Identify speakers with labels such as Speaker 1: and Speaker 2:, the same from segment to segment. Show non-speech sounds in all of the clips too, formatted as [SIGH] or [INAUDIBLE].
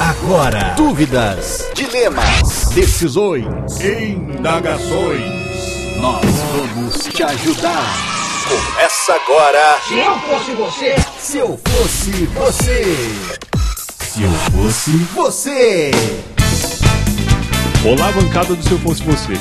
Speaker 1: Agora, dúvidas, dilemas, decisões, indagações. Nós vamos te ajudar. Começa agora.
Speaker 2: Se eu fosse você,
Speaker 1: Se eu fosse você. Se eu fosse você.
Speaker 3: Olá, bancada do Se Eu Fosse Você.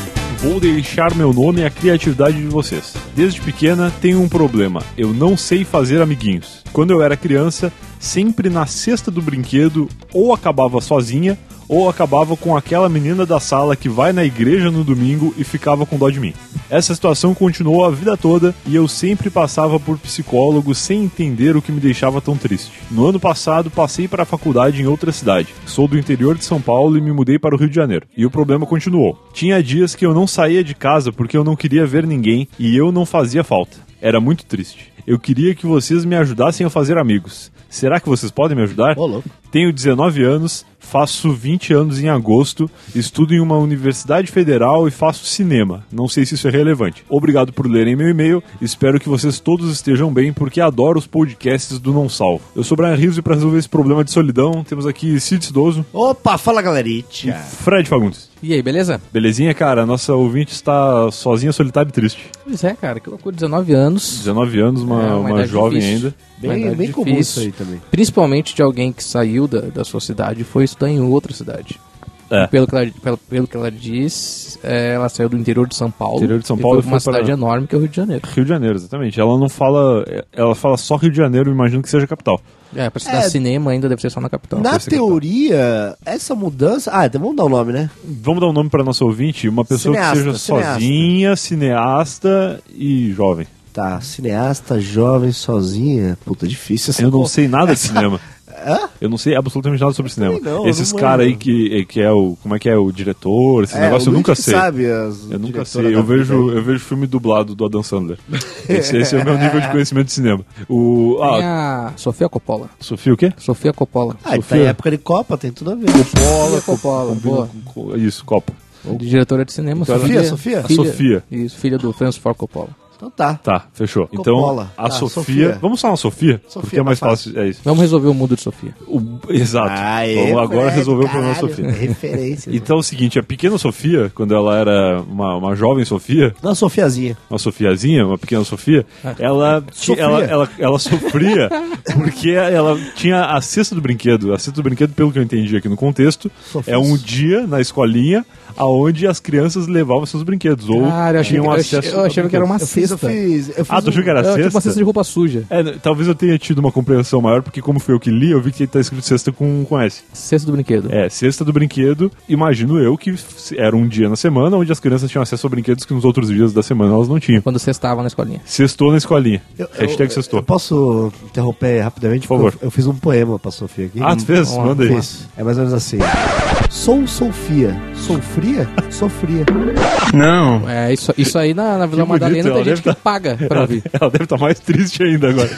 Speaker 3: Vou deixar meu nome à criatividade de vocês. Desde pequena tenho um problema: eu não sei fazer amiguinhos. Quando eu era criança, sempre na cesta do brinquedo ou acabava sozinha ou acabava com aquela menina da sala que vai na igreja no domingo e ficava com dó de mim. Essa situação continuou a vida toda e eu sempre passava por psicólogo sem entender o que me deixava tão triste. No ano passado, passei para a faculdade em outra cidade. Sou do interior de São Paulo e me mudei para o Rio de Janeiro. E o problema continuou. Tinha dias que eu não saía de casa porque eu não queria ver ninguém e eu não fazia falta. Era muito triste. Eu queria que vocês me ajudassem a fazer amigos. Será que vocês podem me ajudar?
Speaker 1: Ô, louco.
Speaker 3: Tenho 19 anos, faço 20 anos em agosto, estudo em uma universidade federal e faço cinema. Não sei se isso é relevante. Obrigado por lerem meu e-mail, espero que vocês todos estejam bem, porque adoro os podcasts do Não Salvo. Eu sou Brian Rizzo e para resolver esse problema de solidão, temos aqui Cid Cidoso
Speaker 1: Opa, fala
Speaker 3: e
Speaker 1: galerite.
Speaker 3: Fred Fagundes.
Speaker 4: E aí, beleza?
Speaker 3: Belezinha, cara? A nossa ouvinte está sozinha, solitária e triste.
Speaker 4: Pois é, cara, que loucura, 19 anos.
Speaker 3: 19 anos, uma,
Speaker 4: É, uma
Speaker 3: uma
Speaker 4: idade
Speaker 3: jovem
Speaker 4: difícil.
Speaker 3: ainda.
Speaker 4: Uma
Speaker 1: Bem,
Speaker 4: idade
Speaker 1: bem comum isso
Speaker 4: difícil.
Speaker 1: tá aí também.
Speaker 4: Principalmente de alguém que saiu da, da sua cidade e foi estudar em outra cidade.
Speaker 3: É.
Speaker 4: Pelo, que ela, pelo, pelo que ela diz, é, ela saiu do interior de São Paulo.
Speaker 3: Interior de São
Speaker 4: e
Speaker 3: Paulo
Speaker 4: foi
Speaker 3: e
Speaker 4: pra uma
Speaker 3: foi pra-
Speaker 4: cidade enorme que é o Rio de Janeiro.
Speaker 3: Rio de Janeiro, exatamente. Ela não fala. Ela fala só Rio de Janeiro, eu imagino que seja a capital.
Speaker 4: É, pra estudar
Speaker 1: É.
Speaker 4: cinema ainda deve ser só na capital.
Speaker 1: Na
Speaker 3: fosse capital.
Speaker 1: teoria, essa mudança. Ah, então vamos dar o nome, né?
Speaker 3: Vamos dar um nome para nosso ouvinte? Uma pessoa
Speaker 1: Cineasta,
Speaker 3: que seja
Speaker 1: cineasta.
Speaker 3: sozinha, cineasta e jovem.
Speaker 1: Tá, cineasta jovem sozinha. Puta, difícil essa
Speaker 3: Eu não
Speaker 1: porra.
Speaker 3: sei nada
Speaker 1: [LAUGHS]
Speaker 3: de cinema. Eu não sei absolutamente nada sobre cinema.
Speaker 1: também não, eu
Speaker 3: Esses
Speaker 1: não
Speaker 3: caras aí
Speaker 1: manjo.
Speaker 3: que, que é o. Como é que é? O diretor, esse
Speaker 1: É,
Speaker 3: negócio
Speaker 1: o
Speaker 3: eu
Speaker 1: Luiz
Speaker 3: nunca
Speaker 1: que
Speaker 3: sei.
Speaker 1: Sabe as
Speaker 3: Eu nunca
Speaker 1: diretoras
Speaker 3: sei.
Speaker 1: da
Speaker 3: Eu vejo,
Speaker 1: vida.
Speaker 3: eu vejo filme dublado do Adam Sandler. Esse, esse é o meu
Speaker 1: [LAUGHS]
Speaker 3: nível de conhecimento de cinema. O.
Speaker 4: Tem
Speaker 3: Ah,
Speaker 4: a Sofia Coppola.
Speaker 3: Sofia o quê?
Speaker 4: Sofia Coppola.
Speaker 1: Ah, tá em
Speaker 3: Sofia.
Speaker 1: época de Copa, tem tudo a ver.
Speaker 4: Sofia Coppola, boa.
Speaker 3: Combina com- com- Isso, Copa.
Speaker 4: Diretora de cinema.
Speaker 1: Sofia,
Speaker 4: filha-
Speaker 1: Sofia?
Speaker 4: Filha,
Speaker 3: Sofia.
Speaker 4: Isso, filha do Francis Ford Coppola.
Speaker 1: Então tá.
Speaker 3: Tá, fechou.
Speaker 1: Coppola.
Speaker 3: Então, a
Speaker 1: Tá,
Speaker 3: Sofia.
Speaker 1: Sofia.
Speaker 3: Vamos falar na Sofia?
Speaker 1: Sofia,
Speaker 3: porque é mais
Speaker 1: mais
Speaker 3: fácil. É isso.
Speaker 4: Vamos resolver o mundo de Sofia.
Speaker 3: O- Exato.
Speaker 1: Aê,
Speaker 3: Vamos agora
Speaker 1: Fred,
Speaker 3: resolver o problema da
Speaker 1: Então é, caralho,
Speaker 3: Sofia.
Speaker 1: Referência.
Speaker 3: Então é o seguinte, a pequena Sofia, quando ela era uma, uma jovem Sofia,
Speaker 1: Não, Sofiazinha.
Speaker 3: uma Sofiazinha, uma pequena Sofia,
Speaker 4: É.
Speaker 3: ela, ti-
Speaker 1: Sofia.
Speaker 3: ela, ela, ela
Speaker 4: [LAUGHS]
Speaker 3: sofria porque ela tinha a cesta do brinquedo. A cesta do brinquedo, pelo que eu entendi aqui no contexto,
Speaker 1: Sofia.
Speaker 3: é um dia na escolinha aonde as crianças levavam seus brinquedos ou
Speaker 4: Cara, eu achei,
Speaker 3: tinham
Speaker 4: que- eu achei-
Speaker 3: um acesso...
Speaker 4: eu achei que era uma
Speaker 1: Eu fiz, eu
Speaker 4: cesta.
Speaker 1: fiz. Eu fiz
Speaker 3: Ah, tu
Speaker 1: um-
Speaker 3: achou que era
Speaker 4: Era tipo uma
Speaker 3: cesta?
Speaker 4: cesta de roupa suja.
Speaker 3: É, n- talvez eu tenha tido uma compreensão maior, porque como foi eu que li, eu vi que tá escrito cesta com, com S.
Speaker 4: Cesta do brinquedo.
Speaker 3: É, sexta do brinquedo, imagino eu que f- era um dia na semana onde as crianças tinham acesso a brinquedos que nos outros dias da semana elas não tinham.
Speaker 4: Quando cestava na escolinha.
Speaker 3: Sextou na escolinha.
Speaker 1: Eu- eu-
Speaker 3: Hashtag sextou.
Speaker 1: Eu posso interromper rapidamente?
Speaker 3: Por
Speaker 1: Porque
Speaker 3: favor.
Speaker 1: Eu, eu fiz um poema pra Sofia aqui.
Speaker 3: Ah, tu fez?
Speaker 4: Vamos lá,
Speaker 3: Manda aí.
Speaker 1: Fiz. É mais ou menos assim. Sou Sofia. Sofria? Sofria.
Speaker 4: É, isso, isso aí na, na Vila
Speaker 3: Hum. Que bonito,
Speaker 4: Madalena
Speaker 3: ela
Speaker 4: tem gente
Speaker 3: deve tá-
Speaker 4: que paga
Speaker 3: [LAUGHS]
Speaker 4: pra
Speaker 3: Ela,
Speaker 4: ouvir.
Speaker 3: ela deve estar mais triste
Speaker 1: [LAUGHS]
Speaker 3: ainda agora.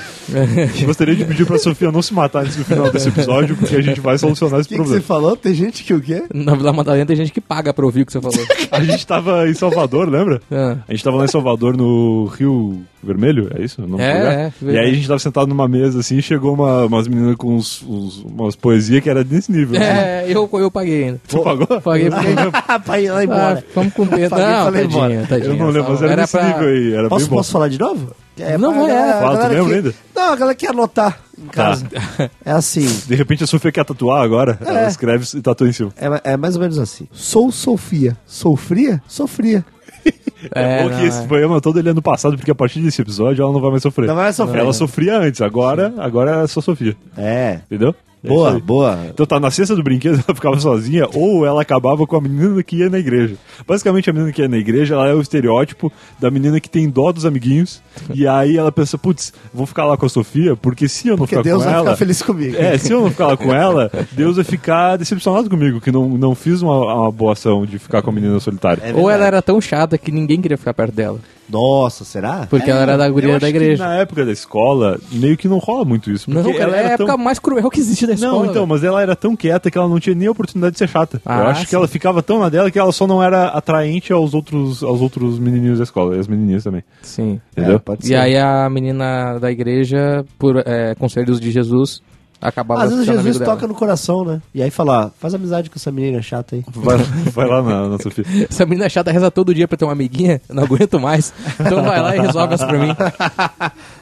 Speaker 3: Gostaria de pedir pra Sofia não se matar antes do final desse episódio, porque a gente vai solucionar esse
Speaker 1: O [LAUGHS] que, que você
Speaker 3: problema.
Speaker 1: falou? Tem gente que o quê?
Speaker 4: Na Vila Madalena tem gente que paga pra ouvir o que
Speaker 3: [LAUGHS]
Speaker 4: você falou.
Speaker 3: A gente tava em Salvador, lembra?
Speaker 4: Ah.
Speaker 3: A gente tava lá em Salvador no Rio Vermelho, é isso? O nome do
Speaker 4: É,
Speaker 3: lugar?
Speaker 4: é,
Speaker 3: E aí a
Speaker 4: verdade.
Speaker 3: gente tava sentado numa mesa assim e chegou uma, umas meninas com uns, uns- umas poesias que era desse nível. assim.
Speaker 4: é, eu, eu paguei ainda.
Speaker 3: Tu pagou?
Speaker 4: Paguei porque.
Speaker 1: Ah, pra ir lá
Speaker 4: Ah,
Speaker 1: embora.
Speaker 4: vamos com medo.
Speaker 1: Paguei,
Speaker 4: Não,
Speaker 1: falei embora.
Speaker 4: tadinha, tadinha.
Speaker 3: Eu não lembro, mas era,
Speaker 4: Era
Speaker 3: nesse
Speaker 4: pra-
Speaker 3: nível aí, era
Speaker 1: posso,
Speaker 3: bem bom.
Speaker 1: posso falar de novo? É,
Speaker 4: Não,
Speaker 1: pra
Speaker 4: vai,
Speaker 1: galera-
Speaker 4: é.
Speaker 3: Fala, tu
Speaker 1: galera
Speaker 3: lembra
Speaker 1: que-
Speaker 3: ainda? Tá.
Speaker 1: Não, a galera quer anotar em casa. É assim.
Speaker 3: De repente a Sofia quer tatuar agora, ela
Speaker 1: É.
Speaker 3: escreve e tatua em cima.
Speaker 1: É, é mais ou menos assim. Sou Sofia. Sofria? Sofria.
Speaker 3: É,
Speaker 4: É,
Speaker 3: bom
Speaker 4: não,
Speaker 3: que esse
Speaker 4: é.
Speaker 3: poema todo ele é no passado, porque a partir desse episódio ela não vai mais sofrer.
Speaker 1: Não vai mais sofrer.
Speaker 3: Ela sofria antes, agora, agora é só Sofia,
Speaker 1: É.
Speaker 3: entendeu? É isso
Speaker 1: Boa,
Speaker 3: aí.
Speaker 1: boa.
Speaker 3: Então tá, na cesta do brinquedo [LAUGHS] ela ficava sozinha ou ela acabava com a menina que ia na igreja. Basicamente a menina que ia na igreja, ela é o estereótipo da menina que tem dó dos amiguinhos e aí ela pensa, putz, vou ficar lá com a Sofia porque se eu não
Speaker 1: Porque
Speaker 3: ficar
Speaker 1: Deus
Speaker 3: com
Speaker 1: vai
Speaker 3: ela...
Speaker 1: ficar feliz comigo.
Speaker 3: É, se eu não ficar lá com ela, Deus vai ficar decepcionado comigo, que não, não fiz uma, uma boa ação de ficar com a menina solitária.
Speaker 1: É
Speaker 4: Ou ela
Speaker 1: verdade.
Speaker 4: era tão chata que ninguém queria ficar perto dela.
Speaker 1: Nossa, será?
Speaker 4: Porque ela era da
Speaker 3: É, Eu
Speaker 4: guria
Speaker 3: acho
Speaker 4: da
Speaker 3: que
Speaker 4: igreja.
Speaker 3: na época da escola, meio que não rola muito isso. Porque
Speaker 4: Não,
Speaker 3: ela
Speaker 4: cara, é
Speaker 3: era
Speaker 4: a época
Speaker 3: tão...
Speaker 4: mais cruel que existe da escola.
Speaker 3: Não, então, mas ela era tão quieta que ela não tinha nem oportunidade de ser chata. Eu
Speaker 4: Ah,
Speaker 3: acho que
Speaker 4: sim.
Speaker 3: ela ficava tão na dela que ela só não era atraente aos outros, aos outros menininhos da escola, e as menininhas também.
Speaker 4: velho. Sim.
Speaker 3: Entendeu?
Speaker 1: É, pode
Speaker 4: E aí a menina da igreja, por é, conselhos de Jesus, acabava
Speaker 1: Às vezes
Speaker 4: ficando
Speaker 1: Jesus
Speaker 4: amigo dela.
Speaker 1: toca no coração, né? E aí fala, ah, faz amizade com essa menina chata aí.
Speaker 3: Vai, [LAUGHS] vai lá na,
Speaker 4: [LAUGHS]
Speaker 3: na Sofia.
Speaker 4: Essa menina chata reza todo dia pra ter uma amiguinha, eu não aguento mais. Então vai lá e resolve essa pra mim.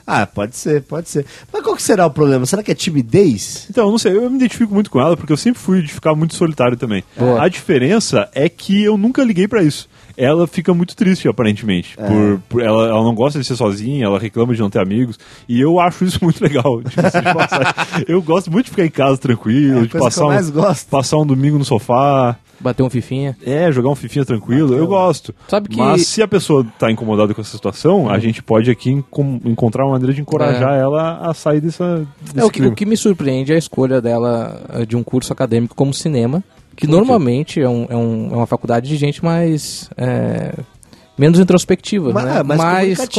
Speaker 1: Ah, pode ser, pode ser. Mas qual que será o problema? Será que é timidez?
Speaker 3: Então, eu não sei, eu me identifico muito com ela, porque eu sempre fui de ficar muito solitário também.
Speaker 4: Boa.
Speaker 3: A diferença é que eu nunca liguei pra isso. Ela fica muito triste, aparentemente.
Speaker 1: É.
Speaker 3: Por, por- ela, ela não gosta de ser sozinha, ela reclama de não ter amigos. E eu acho isso [LAUGHS] muito legal. diga-se de passagem. eu gosto muito de ficar em casa tranquilo,
Speaker 1: É a
Speaker 3: de
Speaker 1: coisa
Speaker 3: passar,
Speaker 1: que eu
Speaker 3: um-
Speaker 1: mais
Speaker 3: [LAUGHS]
Speaker 1: gosto.
Speaker 3: passar um domingo no sofá.
Speaker 4: Bateu um fifinha.
Speaker 3: É, jogar um fifinha tranquilo, eu gosto.
Speaker 4: Sabe que-
Speaker 3: Mas se a pessoa tá incomodada com essa situação, a gente pode aqui encom- encontrar uma maneira de encorajar ela a sair dessa, desse
Speaker 4: É, o, que,
Speaker 3: clima.
Speaker 4: o que me surpreende é a escolha dela eh, de um curso acadêmico como cinema, que normalmente é, um- é um- é uma faculdade de gente mais. eh, menos introspectiva,
Speaker 1: Ma-
Speaker 4: né?
Speaker 1: é, mais comunicativa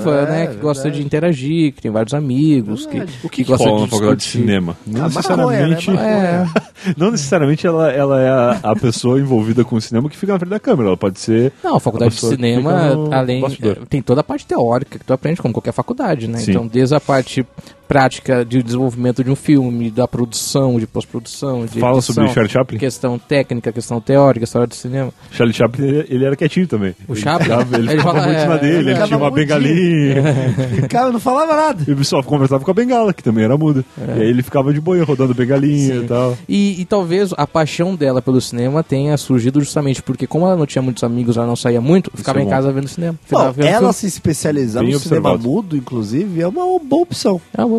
Speaker 4: comunicativa,
Speaker 1: mesmo.
Speaker 4: né?
Speaker 1: É,
Speaker 4: que gosta
Speaker 1: verdade.
Speaker 4: de interagir, que tem vários amigos, que,
Speaker 1: Verdade.
Speaker 3: O que, que
Speaker 4: gosta
Speaker 3: rola na
Speaker 4: de
Speaker 3: faculdade de
Speaker 4: discutir.
Speaker 3: cinema? Não
Speaker 1: Ah, maconha, né?
Speaker 3: necessariamente,
Speaker 4: É,
Speaker 3: não necessariamente ela, ela é a, a pessoa envolvida com o cinema que fica na frente da câmera. Ela pode ser.
Speaker 4: Não, a faculdade de
Speaker 3: pessoa que
Speaker 4: cinema,
Speaker 3: fica no
Speaker 4: além,
Speaker 3: bastidor.
Speaker 4: eh, tem toda a parte teórica que tu aprende, como qualquer faculdade, né?
Speaker 3: Sim.
Speaker 4: Então, desde a parte prática de desenvolvimento de um filme, da produção, de pós-produção, de
Speaker 3: Fala
Speaker 4: edição,
Speaker 3: sobre Charlie Chaplin.
Speaker 4: questão técnica, questão teórica, história do cinema.
Speaker 3: Charlie Chaplin, ele, ele era quietinho também.
Speaker 4: O Chaplin,
Speaker 3: Ele, ele ficava muito É. na dele, ele
Speaker 1: ficava
Speaker 3: tinha uma
Speaker 1: mudinho.
Speaker 3: [LAUGHS] bengalinha.
Speaker 1: Cara, não falava nada.
Speaker 3: Ele só conversava com a bengala, que também era muda. E aí ele ficava de boia, rodando bengalinha
Speaker 4: Sim.
Speaker 3: e tal.
Speaker 4: E, e talvez a paixão dela pelo cinema tenha surgido justamente porque, como ela não tinha muitos amigos, ela não saía muito, ficava
Speaker 3: é
Speaker 4: em
Speaker 3: bom.
Speaker 4: casa vendo cinema.
Speaker 1: Bom,
Speaker 4: Ficava tá vendo
Speaker 1: ela
Speaker 4: filme.
Speaker 1: se especializar
Speaker 3: Bem
Speaker 1: no cinema
Speaker 3: observado.
Speaker 1: mudo, inclusive, é uma boa opção.
Speaker 4: É uma boa opção.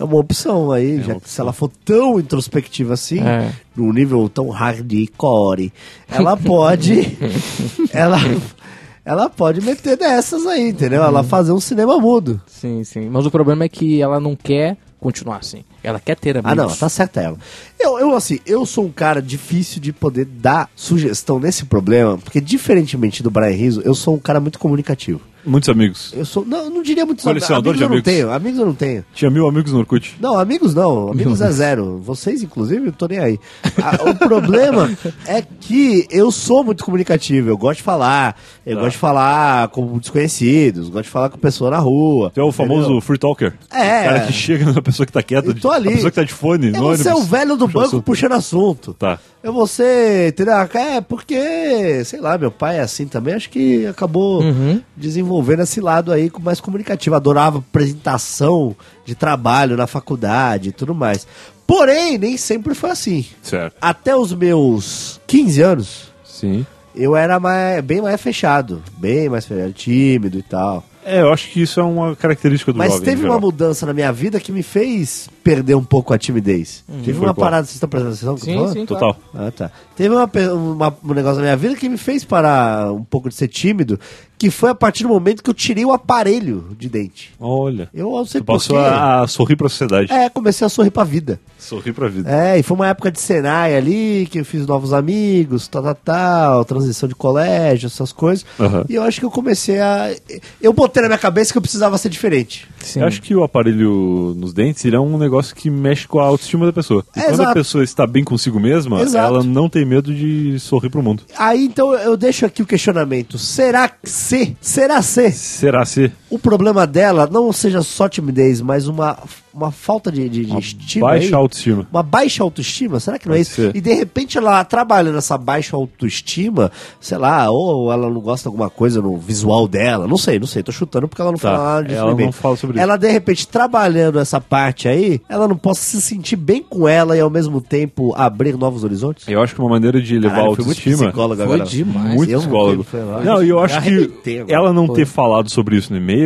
Speaker 1: É uma opção aí, já que se ela for tão introspectiva assim,
Speaker 4: É.
Speaker 1: num nível tão hardcore,
Speaker 3: [LAUGHS]
Speaker 1: ela pode. ela, ela pode meter dessas aí, entendeu?
Speaker 3: Uhum.
Speaker 1: Ela fazer um cinema mudo.
Speaker 4: sim, sim. Mas o problema é que ela não quer continuar assim. Ela quer ter amigos.
Speaker 1: Ah, não, tá certa ela. Eu, eu, assim, eu sou um cara difícil de poder dar sugestão nesse problema, porque diferentemente do Brian Rizzo, eu sou um cara muito comunicativo.
Speaker 3: Muitos amigos.
Speaker 1: Eu sou, não, eu não diria muito
Speaker 3: Colecionador
Speaker 1: amigos
Speaker 3: de
Speaker 1: eu não
Speaker 3: amigos.
Speaker 1: tenho, amigos eu não tenho.
Speaker 3: Tinha mil amigos no Orkut.
Speaker 1: Não, amigos não, amigos é zero. Vocês, inclusive, eu tô nem aí. Ah, o problema
Speaker 3: [LAUGHS]
Speaker 1: é que eu sou muito comunicativo, eu gosto de falar, eu
Speaker 3: Tá.
Speaker 1: gosto de falar com desconhecidos, gosto de falar com pessoa na rua.
Speaker 3: Tu é o famoso
Speaker 1: entendeu?
Speaker 3: free talker.
Speaker 1: É.
Speaker 3: O cara que chega na pessoa que tá quieta,
Speaker 1: Eu tô
Speaker 3: a
Speaker 1: ali.
Speaker 3: pessoa que tá de fone.
Speaker 1: Eu
Speaker 3: no
Speaker 1: vou ser o
Speaker 3: ônibus.
Speaker 1: velho do
Speaker 3: Puxa
Speaker 1: banco
Speaker 3: assunto.
Speaker 1: puxando assunto.
Speaker 3: Tá.
Speaker 1: Eu vou ser, entendeu? É, porque, sei lá, meu pai é assim também, acho que acabou
Speaker 3: Uhum.
Speaker 1: desenvolvendo esse lado aí com- mais comunicativo. Adorava apresentação de trabalho na faculdade e tudo mais. Porém, nem sempre foi assim.
Speaker 3: Certo.
Speaker 1: Até os meus 15 anos,
Speaker 3: Sim.
Speaker 1: eu era mais- bem mais fechado, bem mais fechado, tímido e tal.
Speaker 3: É, eu acho que isso é uma característica do
Speaker 1: Mas
Speaker 3: jovem, né,
Speaker 1: teve
Speaker 3: no
Speaker 1: uma
Speaker 3: geral.
Speaker 1: mudança na minha vida que me fez perder um pouco a timidez. teve
Speaker 3: Hum. Foi
Speaker 1: uma
Speaker 3: qual?
Speaker 1: parada, vocês estão prestando atenção? no que eu tô
Speaker 4: Sim,
Speaker 1: falando?
Speaker 4: sim, claro.
Speaker 3: Total.
Speaker 1: Ah, tá. Teve uma pe- uma- um negócio na minha vida que me fez parar um pouco de ser tímido, que foi a partir do momento que eu tirei o aparelho de dente.
Speaker 3: Olha.
Speaker 1: Eu não sei
Speaker 3: Tu passou
Speaker 1: porquê.
Speaker 3: a, a sorrir pra sociedade.
Speaker 1: É, comecei a sorrir pra vida.
Speaker 3: Sorrir pra vida.
Speaker 1: É, e foi uma época de Senai ali, que eu fiz novos amigos, tal, tal, tal, transição de colégio, essas coisas.
Speaker 3: Aham.
Speaker 1: E eu acho que eu comecei a. Eu botei na minha cabeça que eu precisava ser diferente.
Speaker 4: Sim.
Speaker 3: Eu acho que o aparelho nos dentes ele é um negócio que mexe com a autoestima da pessoa. E
Speaker 1: É,
Speaker 3: quando
Speaker 1: exato.
Speaker 3: a pessoa está bem consigo mesma,
Speaker 1: Exato.
Speaker 3: ela não tem medo de sorrir pro mundo.
Speaker 1: Aí então eu deixo aqui o questionamento: será que se, será se
Speaker 3: Será se
Speaker 1: o problema dela não seja só timidez, mas uma, uma falta de, de, de
Speaker 3: uma
Speaker 1: estima? é
Speaker 3: baixa
Speaker 1: Tipo aí?
Speaker 3: autoestima?
Speaker 1: Uma baixa autoestima? Será que não é
Speaker 3: Pode
Speaker 1: isso?
Speaker 3: ser.
Speaker 1: E de repente ela trabalhando essa baixa autoestima, sei lá, ou ela não gosta de alguma coisa no visual dela, não sei, não sei, tô chutando porque ela não
Speaker 3: Tá,
Speaker 1: fala nada disso
Speaker 3: ela
Speaker 1: pra mim.
Speaker 3: não fala sobre isso.
Speaker 1: Ela de repente trabalhando essa parte aí, ela não possa se sentir bem com ela e ao mesmo tempo abrir novos horizontes?
Speaker 3: Eu acho que uma maneira de elevar a
Speaker 1: Caralho, fui muito
Speaker 3: autoestima.
Speaker 1: psicólogo
Speaker 4: Foi
Speaker 1: agora.
Speaker 4: demais.
Speaker 3: Muito
Speaker 1: Eu não
Speaker 3: psicólogo.
Speaker 1: fui, foi lá.
Speaker 3: Não, e eu acho
Speaker 1: Arrebentei
Speaker 3: que
Speaker 1: agora.
Speaker 3: ela não
Speaker 4: Foi.
Speaker 3: ter falado sobre isso no e-mail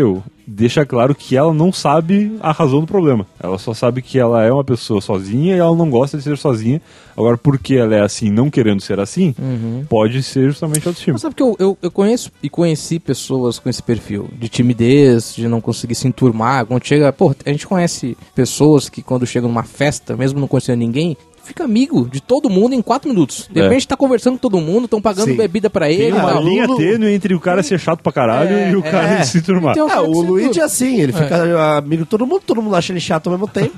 Speaker 3: deixa claro que ela não sabe a razão do problema. Ela só sabe que ela é uma pessoa sozinha e ela não gosta de ser sozinha. Agora, porque ela é assim, não querendo ser assim,
Speaker 1: Uhum.
Speaker 3: pode ser justamente autoestima.
Speaker 4: Mas sabe que eu, eu, eu conheço e conheci pessoas com esse perfil de timidez, de não conseguir se enturmar. Quando chega, pô, a gente conhece pessoas que quando chegam numa festa, mesmo não conhecendo ninguém, fica amigo de todo mundo em quatro minutos. De
Speaker 3: É.
Speaker 4: repente tá conversando com todo mundo, estão pagando
Speaker 1: Sim.
Speaker 4: bebida pra ele.
Speaker 3: Tem uma
Speaker 4: tal.
Speaker 3: linha
Speaker 1: Lu-
Speaker 3: tênue entre o cara ser chato pra caralho
Speaker 4: É,
Speaker 3: e o cara
Speaker 1: é.
Speaker 3: [LAUGHS] se turmar.
Speaker 4: Então,
Speaker 1: É,
Speaker 4: cara,
Speaker 1: o
Speaker 4: isso é
Speaker 1: Luigi
Speaker 4: tudo.
Speaker 1: é assim, ele fica amigo de todo mundo, todo mundo acha ele chato ao mesmo tempo.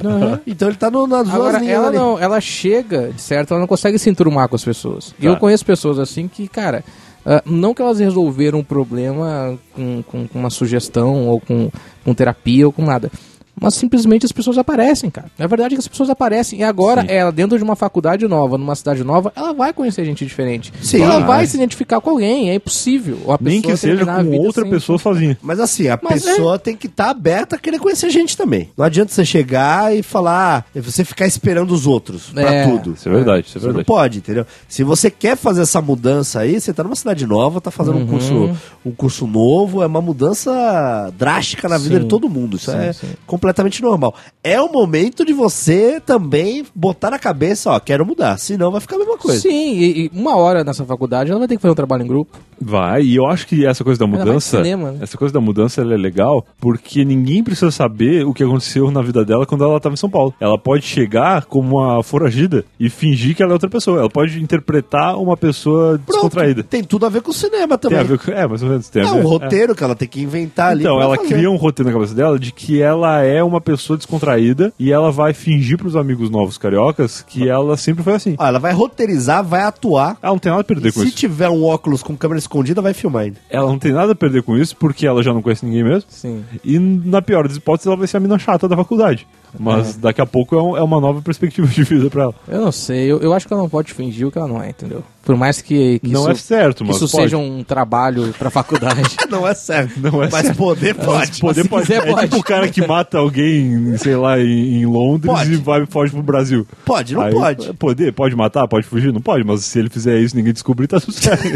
Speaker 1: Então ele tá no, nas duas
Speaker 4: Agora,
Speaker 1: linhas
Speaker 4: ela
Speaker 1: ali.
Speaker 4: não, ela chega, de certo, ela não consegue se enturmar com as pessoas. E
Speaker 3: Tá.
Speaker 4: eu conheço pessoas assim que, cara, ah, não que elas um resolveram o problema com, com, com uma sugestão ou com, com terapia ou com nada. mas simplesmente as pessoas aparecem, cara. Na verdade é que as pessoas aparecem e agora ela, dentro de uma faculdade nova, numa cidade nova, ela vai conhecer gente diferente.
Speaker 1: Sim.
Speaker 4: ela
Speaker 1: Ah,
Speaker 4: vai
Speaker 1: é.
Speaker 4: se identificar com alguém, é impossível. Ou a
Speaker 3: Nem que
Speaker 4: pessoa
Speaker 3: seja
Speaker 4: terminar a
Speaker 3: com
Speaker 4: vida
Speaker 3: outra
Speaker 4: sem-
Speaker 3: pessoa sozinha.
Speaker 1: Mas assim, a
Speaker 4: Mas é.
Speaker 1: pessoa tem que estar aberta a querer conhecer gente também. Não adianta você chegar e falar, "Ah, é você ficar esperando os outros pra
Speaker 4: É.
Speaker 1: tudo.
Speaker 3: Isso é verdade, isso é
Speaker 1: Você não
Speaker 3: verdade.
Speaker 1: pode, entendeu? Se você quer fazer essa mudança aí, você tá numa cidade nova, tá fazendo um
Speaker 4: Uhum.
Speaker 1: curso um curso novo, é uma mudança drástica na vida
Speaker 4: Sim.
Speaker 1: de todo mundo. Isso
Speaker 4: Sim,
Speaker 1: é
Speaker 4: sim.
Speaker 1: completamente normal. É o momento de você também botar na cabeça, ó, quero mudar, senão vai ficar a mesma coisa.
Speaker 4: Sim, e, e uma hora nessa faculdade ela vai ter que fazer um trabalho em grupo.
Speaker 3: Vai, e eu acho que essa coisa da
Speaker 4: vai
Speaker 3: mudança.
Speaker 4: pro cinema, né?
Speaker 3: Essa coisa da mudança ela é legal porque ninguém precisa saber o que aconteceu na vida dela quando ela tava em São Paulo. Ela pode chegar como uma foragida e fingir que ela é outra pessoa. Ela pode interpretar uma pessoa
Speaker 1: Pronto,
Speaker 3: descontraída.
Speaker 1: Tem tudo a ver com o cinema
Speaker 3: Tem
Speaker 1: também.
Speaker 3: a ver com. É, mais ou menos. Tem a
Speaker 1: É
Speaker 3: ver-
Speaker 1: um roteiro que ela tem que inventar ali.
Speaker 3: Então,
Speaker 1: pra
Speaker 3: ela
Speaker 1: fazer.
Speaker 3: cria um roteiro na cabeça dela de que ela é uma pessoa descontraída e ela vai fingir pros amigos novos cariocas que ela sempre foi assim.
Speaker 1: Ó, ela vai roteirizar, vai atuar.
Speaker 3: Ela não tem nada a perder
Speaker 1: E
Speaker 3: com
Speaker 1: se
Speaker 3: isso.
Speaker 1: tiver um óculos com câmera escondida, vai filmar ainda.
Speaker 3: Ela não tem nada a perder com isso porque ela já não conhece ninguém mesmo.
Speaker 4: Sim.
Speaker 3: E na pior das hipóteses, ela vai ser a mina chata da faculdade. Mas daqui a pouco é, um- é uma nova perspectiva de vida pra ela.
Speaker 4: Eu não sei, eu, eu acho que ela não pode fingir o que ela não é, entendeu? Por mais que, que
Speaker 3: não
Speaker 4: isso,
Speaker 3: é certo,
Speaker 4: que
Speaker 3: mas
Speaker 4: isso
Speaker 3: pode.
Speaker 4: seja um trabalho pra
Speaker 3: [LAUGHS]
Speaker 4: faculdade.
Speaker 1: Não é certo.
Speaker 3: Não é
Speaker 1: Mas
Speaker 3: certo.
Speaker 1: poder pode.
Speaker 3: Poder
Speaker 4: se
Speaker 3: pode.
Speaker 4: quiser,
Speaker 3: É
Speaker 4: pode.
Speaker 3: tipo o cara que mata alguém, sei lá, em, em Londres
Speaker 1: Pode.
Speaker 3: e vai, foge pro Brasil.
Speaker 1: Pode, não
Speaker 3: Aí,
Speaker 1: pode.
Speaker 3: Poder, pode matar, pode fugir, não pode, mas se ele fizer isso e ninguém descobrir, tá tudo certo.
Speaker 4: [LAUGHS]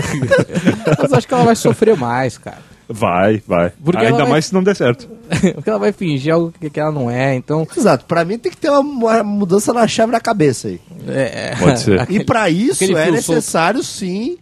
Speaker 4: Mas eu acho que ela vai sofrer mais, cara. [LAUGHS]
Speaker 3: vai, vai.
Speaker 4: Porque ela
Speaker 3: Ainda
Speaker 4: vai-
Speaker 3: mais se não der certo.
Speaker 4: Porque ela vai fingir algo que, que ela não é, então.
Speaker 1: Exato, pra mim tem que ter uma, uma mudança na chave da cabeça aí.
Speaker 4: É,
Speaker 3: Pode
Speaker 4: [LAUGHS]
Speaker 3: ser.
Speaker 1: e pra isso
Speaker 4: aquele
Speaker 1: é
Speaker 4: fio
Speaker 1: necessário sim.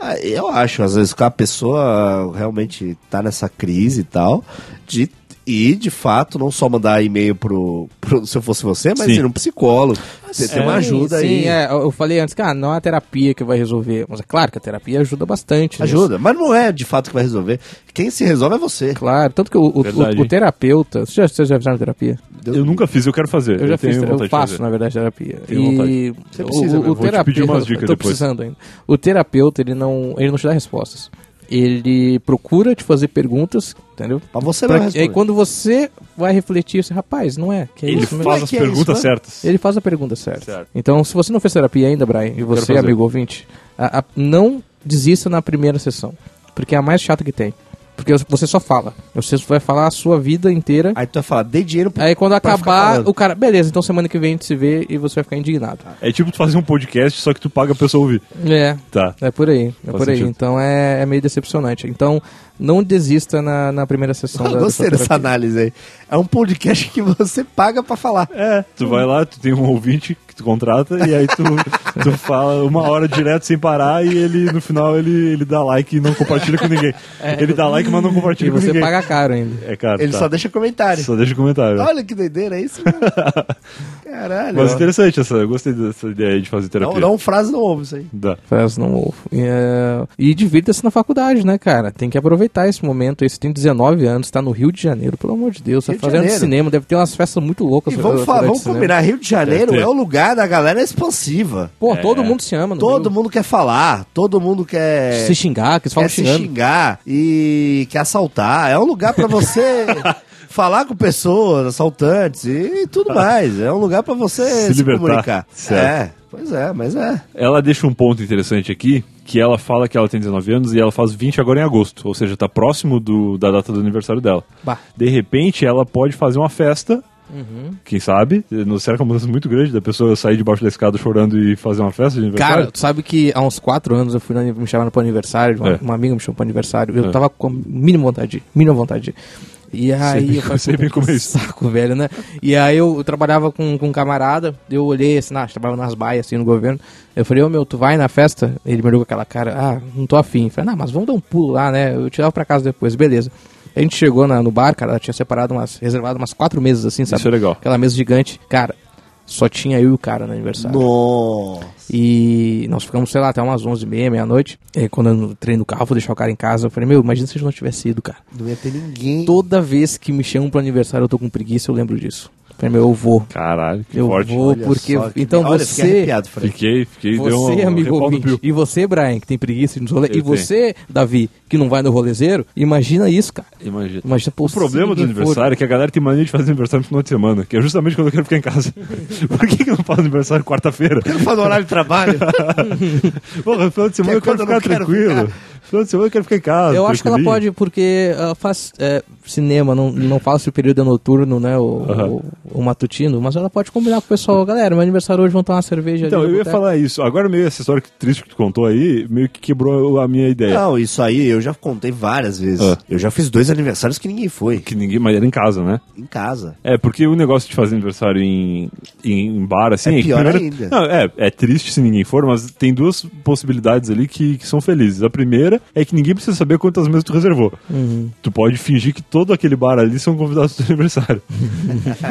Speaker 1: ah, Eu acho, às vezes, que a pessoa realmente tá nessa crise e tal, de e de fato, não só mandar e-mail pro, pro- Se eu fosse você, mas
Speaker 3: Sim.
Speaker 1: ir um psicólogo. Você tem uma ajuda
Speaker 4: É, sim,
Speaker 1: aí.
Speaker 4: Sim, é, eu eu falei antes que ah, não é a terapia que vai resolver. Mas é claro que a terapia ajuda bastante. né? nisso.
Speaker 1: Ajuda. Mas não é de fato que vai resolver. Quem se resolve é você.
Speaker 4: Claro, tanto que o, o,
Speaker 3: Verdade,
Speaker 4: o- o
Speaker 3: hein?
Speaker 4: terapeuta. Vocês já, vocês já fizeram terapia?
Speaker 3: Eu nunca fiz, eu quero fazer.
Speaker 4: Eu já
Speaker 3: tenho
Speaker 4: fiz,
Speaker 3: vontade
Speaker 4: eu
Speaker 3: de
Speaker 4: faço, né?
Speaker 3: fazer.
Speaker 4: na verdade, terapia.
Speaker 3: Tenho
Speaker 4: e
Speaker 3: Você precisa, eu vou te pedir umas dicas
Speaker 4: eu tô
Speaker 3: depois.
Speaker 4: precisando ainda. O terapeuta, ele não, ele não te dá respostas. Ele procura te fazer perguntas, entendeu?
Speaker 1: Pra você
Speaker 4: Pra-
Speaker 1: não
Speaker 4: e aí
Speaker 1: responder.
Speaker 4: quando você vai refletir, você, rapaz, não é? Que é
Speaker 3: Ele
Speaker 4: isso mesmo?
Speaker 3: faz
Speaker 1: é
Speaker 3: as
Speaker 1: que é
Speaker 3: perguntas
Speaker 1: isso, né?
Speaker 3: certas.
Speaker 4: Ele faz a pergunta certa.
Speaker 3: Certo.
Speaker 4: Então, se você não fez terapia ainda, Brian, e você,
Speaker 3: fazer.
Speaker 4: amigo ouvinte, a- a- não desista na primeira sessão. Porque é a mais chata que tem. Porque você só fala. Você vai falar a sua vida inteira.
Speaker 1: Aí tu vai falar, dei dinheiro pra
Speaker 4: Aí quando
Speaker 1: pra ficar
Speaker 4: acabar,
Speaker 1: falando.
Speaker 4: o cara. Beleza, então semana que vem a gente se vê e você vai ficar indignado.
Speaker 1: Ah,
Speaker 3: É tipo tu fazer um podcast, só que tu paga a pessoa ouvir.
Speaker 4: É.
Speaker 3: Tá.
Speaker 4: É por aí, é
Speaker 3: Faz
Speaker 4: por aí.
Speaker 3: sentido.
Speaker 4: Então é, é meio decepcionante. Então, não desista na, na primeira sessão da,
Speaker 1: Eu
Speaker 4: da sua
Speaker 1: gostei dessa
Speaker 4: terapia.
Speaker 1: análise aí. É um podcast que você paga pra falar.
Speaker 3: É, tu vai lá, tu tem um ouvinte que tu contrata e aí tu, tu fala uma hora direto sem parar e ele no final ele, ele dá like e não compartilha com ninguém.
Speaker 1: É,
Speaker 3: ele dá like, mas não
Speaker 4: E
Speaker 3: compartilha com
Speaker 4: você
Speaker 3: ninguém.
Speaker 4: paga caro ainda.
Speaker 3: É, cara,
Speaker 1: Ele
Speaker 3: tá.
Speaker 1: só deixa comentário.
Speaker 3: Só deixa o comentário.
Speaker 1: Olha que doideira, é isso?
Speaker 4: [LAUGHS]
Speaker 1: mano? Caralho.
Speaker 3: Mas
Speaker 1: ó.
Speaker 3: interessante essa, eu gostei dessa ideia aí de fazer terapia.
Speaker 1: não, não frase não ouve isso aí.
Speaker 3: Dá.
Speaker 4: Faz não ovo. E, é, e divirta-se na faculdade, né, cara? Tem que aproveitar esse momento. Aí você tem 19 anos, tá no Rio de Janeiro, pelo amor de Deus. Tá
Speaker 1: Rio de
Speaker 4: fazendo
Speaker 1: Janeiro.
Speaker 4: cinema, deve ter umas festas muito loucas.
Speaker 1: E vamos,
Speaker 4: na
Speaker 1: falar,
Speaker 4: faculdade
Speaker 1: vamos
Speaker 4: de cinema.
Speaker 1: combinar, Rio de Janeiro
Speaker 3: Deve ter.
Speaker 1: é o lugar da galera expansiva.
Speaker 4: Pô,
Speaker 3: É.
Speaker 4: todo mundo se ama, no
Speaker 1: Todo
Speaker 4: Rio. É.
Speaker 1: mundo quer falar, todo mundo quer,
Speaker 4: se xingar, que eles falam
Speaker 1: quer se
Speaker 4: um xingando.
Speaker 1: xingar e quer assaltar. É um lugar pra você falar com pessoas, assaltantes e tudo mais. É um lugar pra você
Speaker 3: Se
Speaker 1: se,
Speaker 3: libertar.
Speaker 1: comunicar.
Speaker 3: Certo.
Speaker 1: É, pois é, mas é.
Speaker 3: Ela deixa um ponto interessante aqui, que ela fala que ela tem 19 anos e ela faz 20 agora em agosto, ou seja, tá próximo do, da data do aniversário dela.
Speaker 4: Bah. Uhum.
Speaker 3: De repente, ela pode fazer uma festa, quem sabe? Não será que é uma mudança muito grande da pessoa sair debaixo da escada chorando e fazer uma festa de aniversário?
Speaker 4: Cara, tu sabe que há uns quatro anos eu fui no- me chamaram pro aniversário, uma,
Speaker 3: É.
Speaker 4: uma amiga me chamou pro aniversário, eu
Speaker 3: É.
Speaker 4: tava com a mínima vontade, mínima vontade. E aí
Speaker 3: bem-
Speaker 4: eu falei,
Speaker 3: sei
Speaker 4: "Puta,
Speaker 3: bem como
Speaker 4: que
Speaker 3: é isso."
Speaker 4: saco, velho, né? E aí eu, eu trabalhava com, com um camarada, eu olhei assim, ah, trabalhava nas baias, assim, no governo. Eu falei, ô meu, tu vai na festa? Ele me olhou com aquela cara, ah, não tô afim. Eu falei, não, mas vamos dar um pulo lá, né? Eu te levo pra casa depois, beleza. A gente chegou na- no bar, cara, ela tinha separado umas, reservado umas quatro mesas, assim, sabe?
Speaker 3: Isso é legal.
Speaker 4: Aquela mesa gigante. Cara, só tinha eu e o cara no aniversário.
Speaker 1: Nossa.
Speaker 4: E nós ficamos, sei lá, até umas 11 h 30 meia-noite. E aí, quando eu entrei no carro, vou deixar o cara em casa. Eu falei, meu, imagina se eu não tivesse ido, cara.
Speaker 1: Não ia ter ninguém.
Speaker 4: Toda vez que me chamam pro aniversário, eu tô com preguiça, eu lembro disso. Falei, meu, eu vou.
Speaker 3: Caralho, que
Speaker 4: Eu
Speaker 3: forte.
Speaker 4: vou
Speaker 1: Olha
Speaker 4: porque.
Speaker 1: só que-
Speaker 4: Então
Speaker 1: Olha, fiquei
Speaker 4: você.
Speaker 1: arrepiado,
Speaker 3: [LAUGHS]
Speaker 1: Fred.
Speaker 3: Fiquei, fiquei, deu
Speaker 4: Você,
Speaker 3: um
Speaker 4: amigo
Speaker 3: repau no
Speaker 4: ouvinte,
Speaker 3: piu.
Speaker 4: e você, Brian, que tem preguiça de nos rolê,
Speaker 3: Eu
Speaker 4: e
Speaker 3: tenho.
Speaker 4: você, Davi, que não vai no rolezeiro, imagina isso, cara.
Speaker 3: Imagina.
Speaker 4: Imagina, pô,
Speaker 3: O problema do
Speaker 4: se ninguém for-
Speaker 3: aniversário é que a galera tem mania de fazer aniversário no final de semana, que é justamente quando eu quero ficar em casa. [LAUGHS] Por que, que eu não faço aniversário quarta-feira?
Speaker 1: Eu não falo horário de trabalho.
Speaker 3: Porra, no final de semana
Speaker 1: Que é
Speaker 3: eu quero
Speaker 1: quando eu
Speaker 3: ficar
Speaker 1: não quero
Speaker 3: tranquilo. Final de semana eu quero ficar em casa.
Speaker 4: Eu acho que ela
Speaker 3: tranquilinho.
Speaker 4: pode, porque ela faz é, cinema, não, não fala se o período é noturno, né? O,
Speaker 3: Aham.
Speaker 4: o- o matutino, mas ela pode combinar com o pessoal, galera, meu aniversário hoje vão tomar uma cerveja
Speaker 3: Então,
Speaker 4: ali. no
Speaker 3: eu ia
Speaker 4: boteco."
Speaker 3: falar isso. Agora, meio essa história que- triste que tu contou aí, meio que quebrou a minha ideia.
Speaker 1: Não, isso aí eu já contei várias vezes.
Speaker 3: Ah.
Speaker 1: Eu já fiz dois aniversários que ninguém foi.
Speaker 3: Que ninguém, mas era em casa, né?
Speaker 1: Em casa.
Speaker 3: É, porque o negócio de fazer aniversário em, em bar, assim...
Speaker 1: É
Speaker 3: que
Speaker 1: pior
Speaker 3: primeiro-
Speaker 1: ainda.
Speaker 3: Não, é, é triste se ninguém for, mas tem duas possibilidades ali que, que são felizes. A primeira é que ninguém precisa saber quantas mesas tu reservou. Tu pode fingir que todo aquele bar ali são convidados do [LAUGHS] teu aniversário.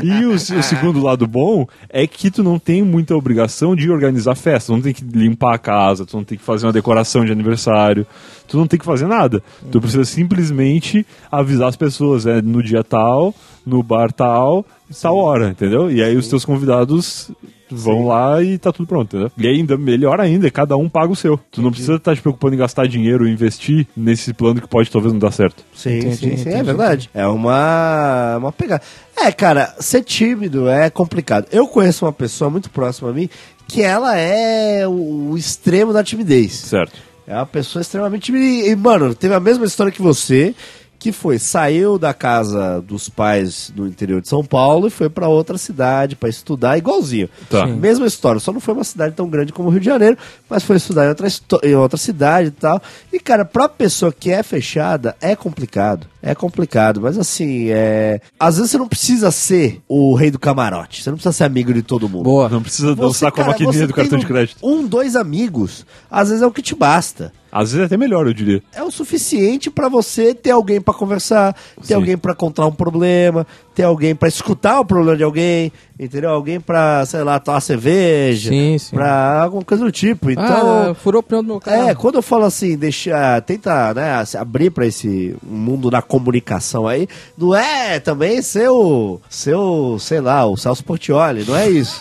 Speaker 3: e o, se- o segundo lado bom é que tu não tem muita obrigação de organizar festa. Tu não tem que limpar a casa, tu não tem que fazer uma decoração de aniversário, tu não tem que fazer nada. Tu precisa simplesmente avisar as pessoas, é no dia tal, no bar tal, tal hora, entendeu? E aí os teus convidados vão lá e tá tudo pronto, entendeu? E ainda, melhor ainda, cada um paga o seu. Tu não precisa estar te preocupando em gastar dinheiro ou investir nesse plano que pode talvez não dar certo.
Speaker 1: Sim,
Speaker 4: Entendi,
Speaker 1: sim, sim, é
Speaker 4: entendi.
Speaker 1: verdade. É uma, uma pegada. É, cara, ser tímido é complicado. Eu conheço uma pessoa muito próxima a mim que ela é o, o extremo da timidez.
Speaker 3: Certo.
Speaker 1: É uma pessoa extremamente tímida. E, e, mano, teve a mesma história que você, que foi, saiu da casa dos pais do interior de São Paulo e foi pra outra cidade pra estudar, igualzinho.
Speaker 3: Tá. Sim.
Speaker 1: Mesma história, só não foi uma cidade tão grande como o Rio de Janeiro, mas foi estudar em outra, esto- em outra cidade e tal. E, cara, pra pessoa que é fechada, é complicado. É complicado, mas assim, é... às vezes você não precisa ser o rei do camarote, você não precisa ser amigo de todo mundo.
Speaker 4: Boa.
Speaker 3: Não precisa
Speaker 1: Você,
Speaker 3: dançar com a
Speaker 1: cara,
Speaker 3: maquininha
Speaker 1: você
Speaker 3: do cartão
Speaker 1: tem
Speaker 3: de crédito.
Speaker 1: Um, dois amigos, às vezes é o que te basta
Speaker 3: Às vezes é até melhor, eu diria. [LAUGHS]
Speaker 1: é o suficiente pra você ter alguém pra conversar, ter
Speaker 3: Sim.
Speaker 1: alguém pra contar um problema, ter alguém pra escutar o problema de alguém, entendeu? Alguém pra, sei lá, tomar cerveja,
Speaker 4: Sim, sim.
Speaker 1: pra alguma coisa do tipo.
Speaker 4: Ah,
Speaker 1: Então,
Speaker 4: furou o pneu do meu carro.
Speaker 1: é, quando eu falo assim, deixar, tenta, né, se abrir pra esse mundo da comunicação aí, não é também seu, seu, sei lá, o Celso Portioli, não é
Speaker 4: [LAUGHS]
Speaker 1: isso.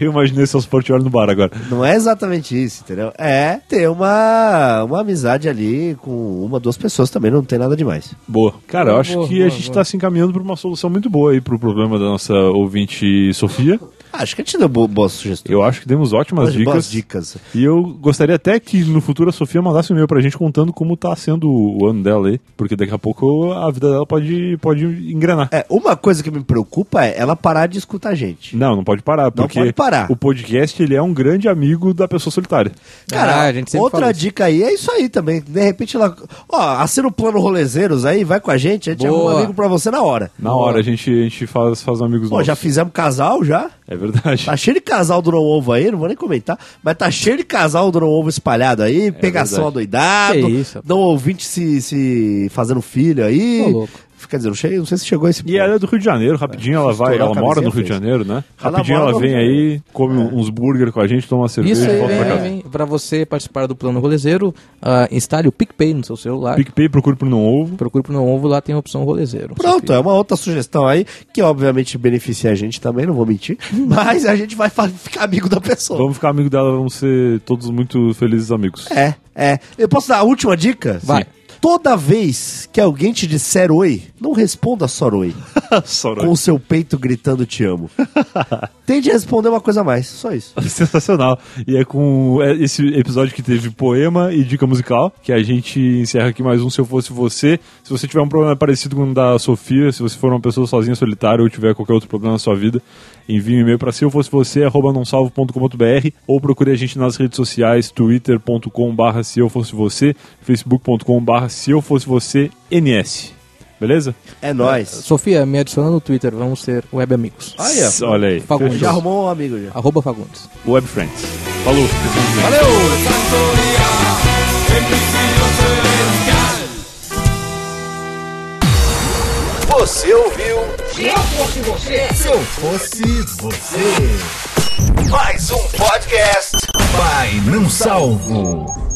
Speaker 3: eu imaginei seus portiolhos no bar agora.
Speaker 1: Não é exatamente isso, entendeu? É ter uma, uma amizade ali com uma, duas pessoas também, não tem nada demais.
Speaker 3: Boa. Cara, eu
Speaker 4: Boa,
Speaker 3: acho
Speaker 4: boa,
Speaker 3: que a
Speaker 4: boa,
Speaker 3: gente
Speaker 4: boa.
Speaker 3: tá se encaminhando pra uma solução muito boa aí pro problema da nossa ouvinte Sofia.
Speaker 1: Ah, Acho que a gente deu bo- boas sugestões.
Speaker 3: Eu acho que demos ótimas
Speaker 1: Boas- boas
Speaker 3: dicas.
Speaker 1: dicas.
Speaker 3: E eu gostaria até que no futuro a Sofia mandasse um e-mail pra gente contando como tá sendo o ano dela aí. Porque daqui a pouco a vida dela pode, pode engrenar.
Speaker 1: É, uma coisa que me preocupa é ela parar de escutar a gente.
Speaker 3: Não, não pode parar, porque
Speaker 1: pode parar.
Speaker 3: o podcast ele é um grande amigo da pessoa solitária.
Speaker 1: Cara,
Speaker 4: Ah, a gente sempre fala
Speaker 1: outra
Speaker 4: isso.
Speaker 1: dica aí é isso aí também. De repente ela. Ó, assina o plano rolezeiros aí, vai com a gente, a gente
Speaker 4: Boa.
Speaker 1: arruma um amigo pra você na hora.
Speaker 3: Na
Speaker 4: Boa.
Speaker 3: hora a gente, a gente faz, faz um amigos
Speaker 1: Pô,
Speaker 3: novos.
Speaker 1: já fizemos casal já?
Speaker 3: É verdade.
Speaker 1: Tá cheio de casal do Não Ovo aí, não vou nem comentar, mas tá cheio de casal do Não Ovo espalhado
Speaker 3: É
Speaker 1: aí, pegação adoidado,
Speaker 4: Que isso, rapaz.
Speaker 1: não ouvinte se, se fazendo filho aí.
Speaker 4: Ô, louco.
Speaker 1: Quer dizer, não, cheguei, não sei se chegou a esse
Speaker 3: E ela é do Rio de Janeiro, rapidinho ela vai,
Speaker 1: É. Estourar
Speaker 3: ela
Speaker 1: a é
Speaker 3: mora
Speaker 1: camisinha
Speaker 3: no Rio de
Speaker 1: fez.
Speaker 3: Janeiro, né?
Speaker 1: Ela
Speaker 3: Rapidinho
Speaker 1: mora
Speaker 3: ela
Speaker 1: no
Speaker 3: vem
Speaker 1: Rio de
Speaker 3: aí, come
Speaker 1: É.
Speaker 3: uns burger com a gente, toma uma cerveja e
Speaker 4: Isso aí, é.
Speaker 3: volta pra
Speaker 4: vem,
Speaker 3: casa.
Speaker 4: vem. Pra você participar do plano rolezeiro, ah, instale o PicPay no seu celular.
Speaker 3: PicPay, procura por não ovo.
Speaker 4: Procure pro Não Ovo, lá tem a opção rolezeiro.
Speaker 1: Pronto,
Speaker 4: Sofia.
Speaker 1: é uma outra sugestão aí, que obviamente beneficia a gente também, não vou mentir, mas a gente vai fa- ficar amigo da pessoa.
Speaker 3: Vamos ficar amigo dela, vamos ser todos muito felizes amigos. [LAUGHS]
Speaker 1: É, é. Eu posso dar a última dica?
Speaker 4: Vai.
Speaker 1: Toda vez que alguém te disser oi, não responda só oi,
Speaker 3: Soroi.
Speaker 1: com o seu peito gritando te amo. Tente responder uma coisa a mais, só isso.
Speaker 3: [LAUGHS] Sensacional. E é com é, esse episódio que teve poema e dica musical, que a gente encerra aqui mais um Se Eu Fosse Você. Se você tiver um problema parecido com o da Sofia, se você for uma pessoa sozinha, solitária, ou tiver qualquer outro problema na sua vida, envie um e-mail para se eu fosse você, arroba nãosalvo.com.br ou procure a gente nas redes sociais, twitter.com barra se eu fosse você, facebook.com barra se eu fosse você, ns. Beleza?
Speaker 1: É nóis.
Speaker 4: Sofia, me adiciona no Twitter, vamos ser web amigos.
Speaker 1: Olha,
Speaker 3: é, Olha aí.
Speaker 4: Fagundes.
Speaker 1: já
Speaker 3: fechou.
Speaker 1: arrumou um amigo já.
Speaker 4: Arroba Fagundes.
Speaker 3: Web Friends. Falou.
Speaker 1: Valeu!
Speaker 5: Você ouviu? Se eu fosse você. Se eu fosse você. Mais um podcast. Vai, não salvo.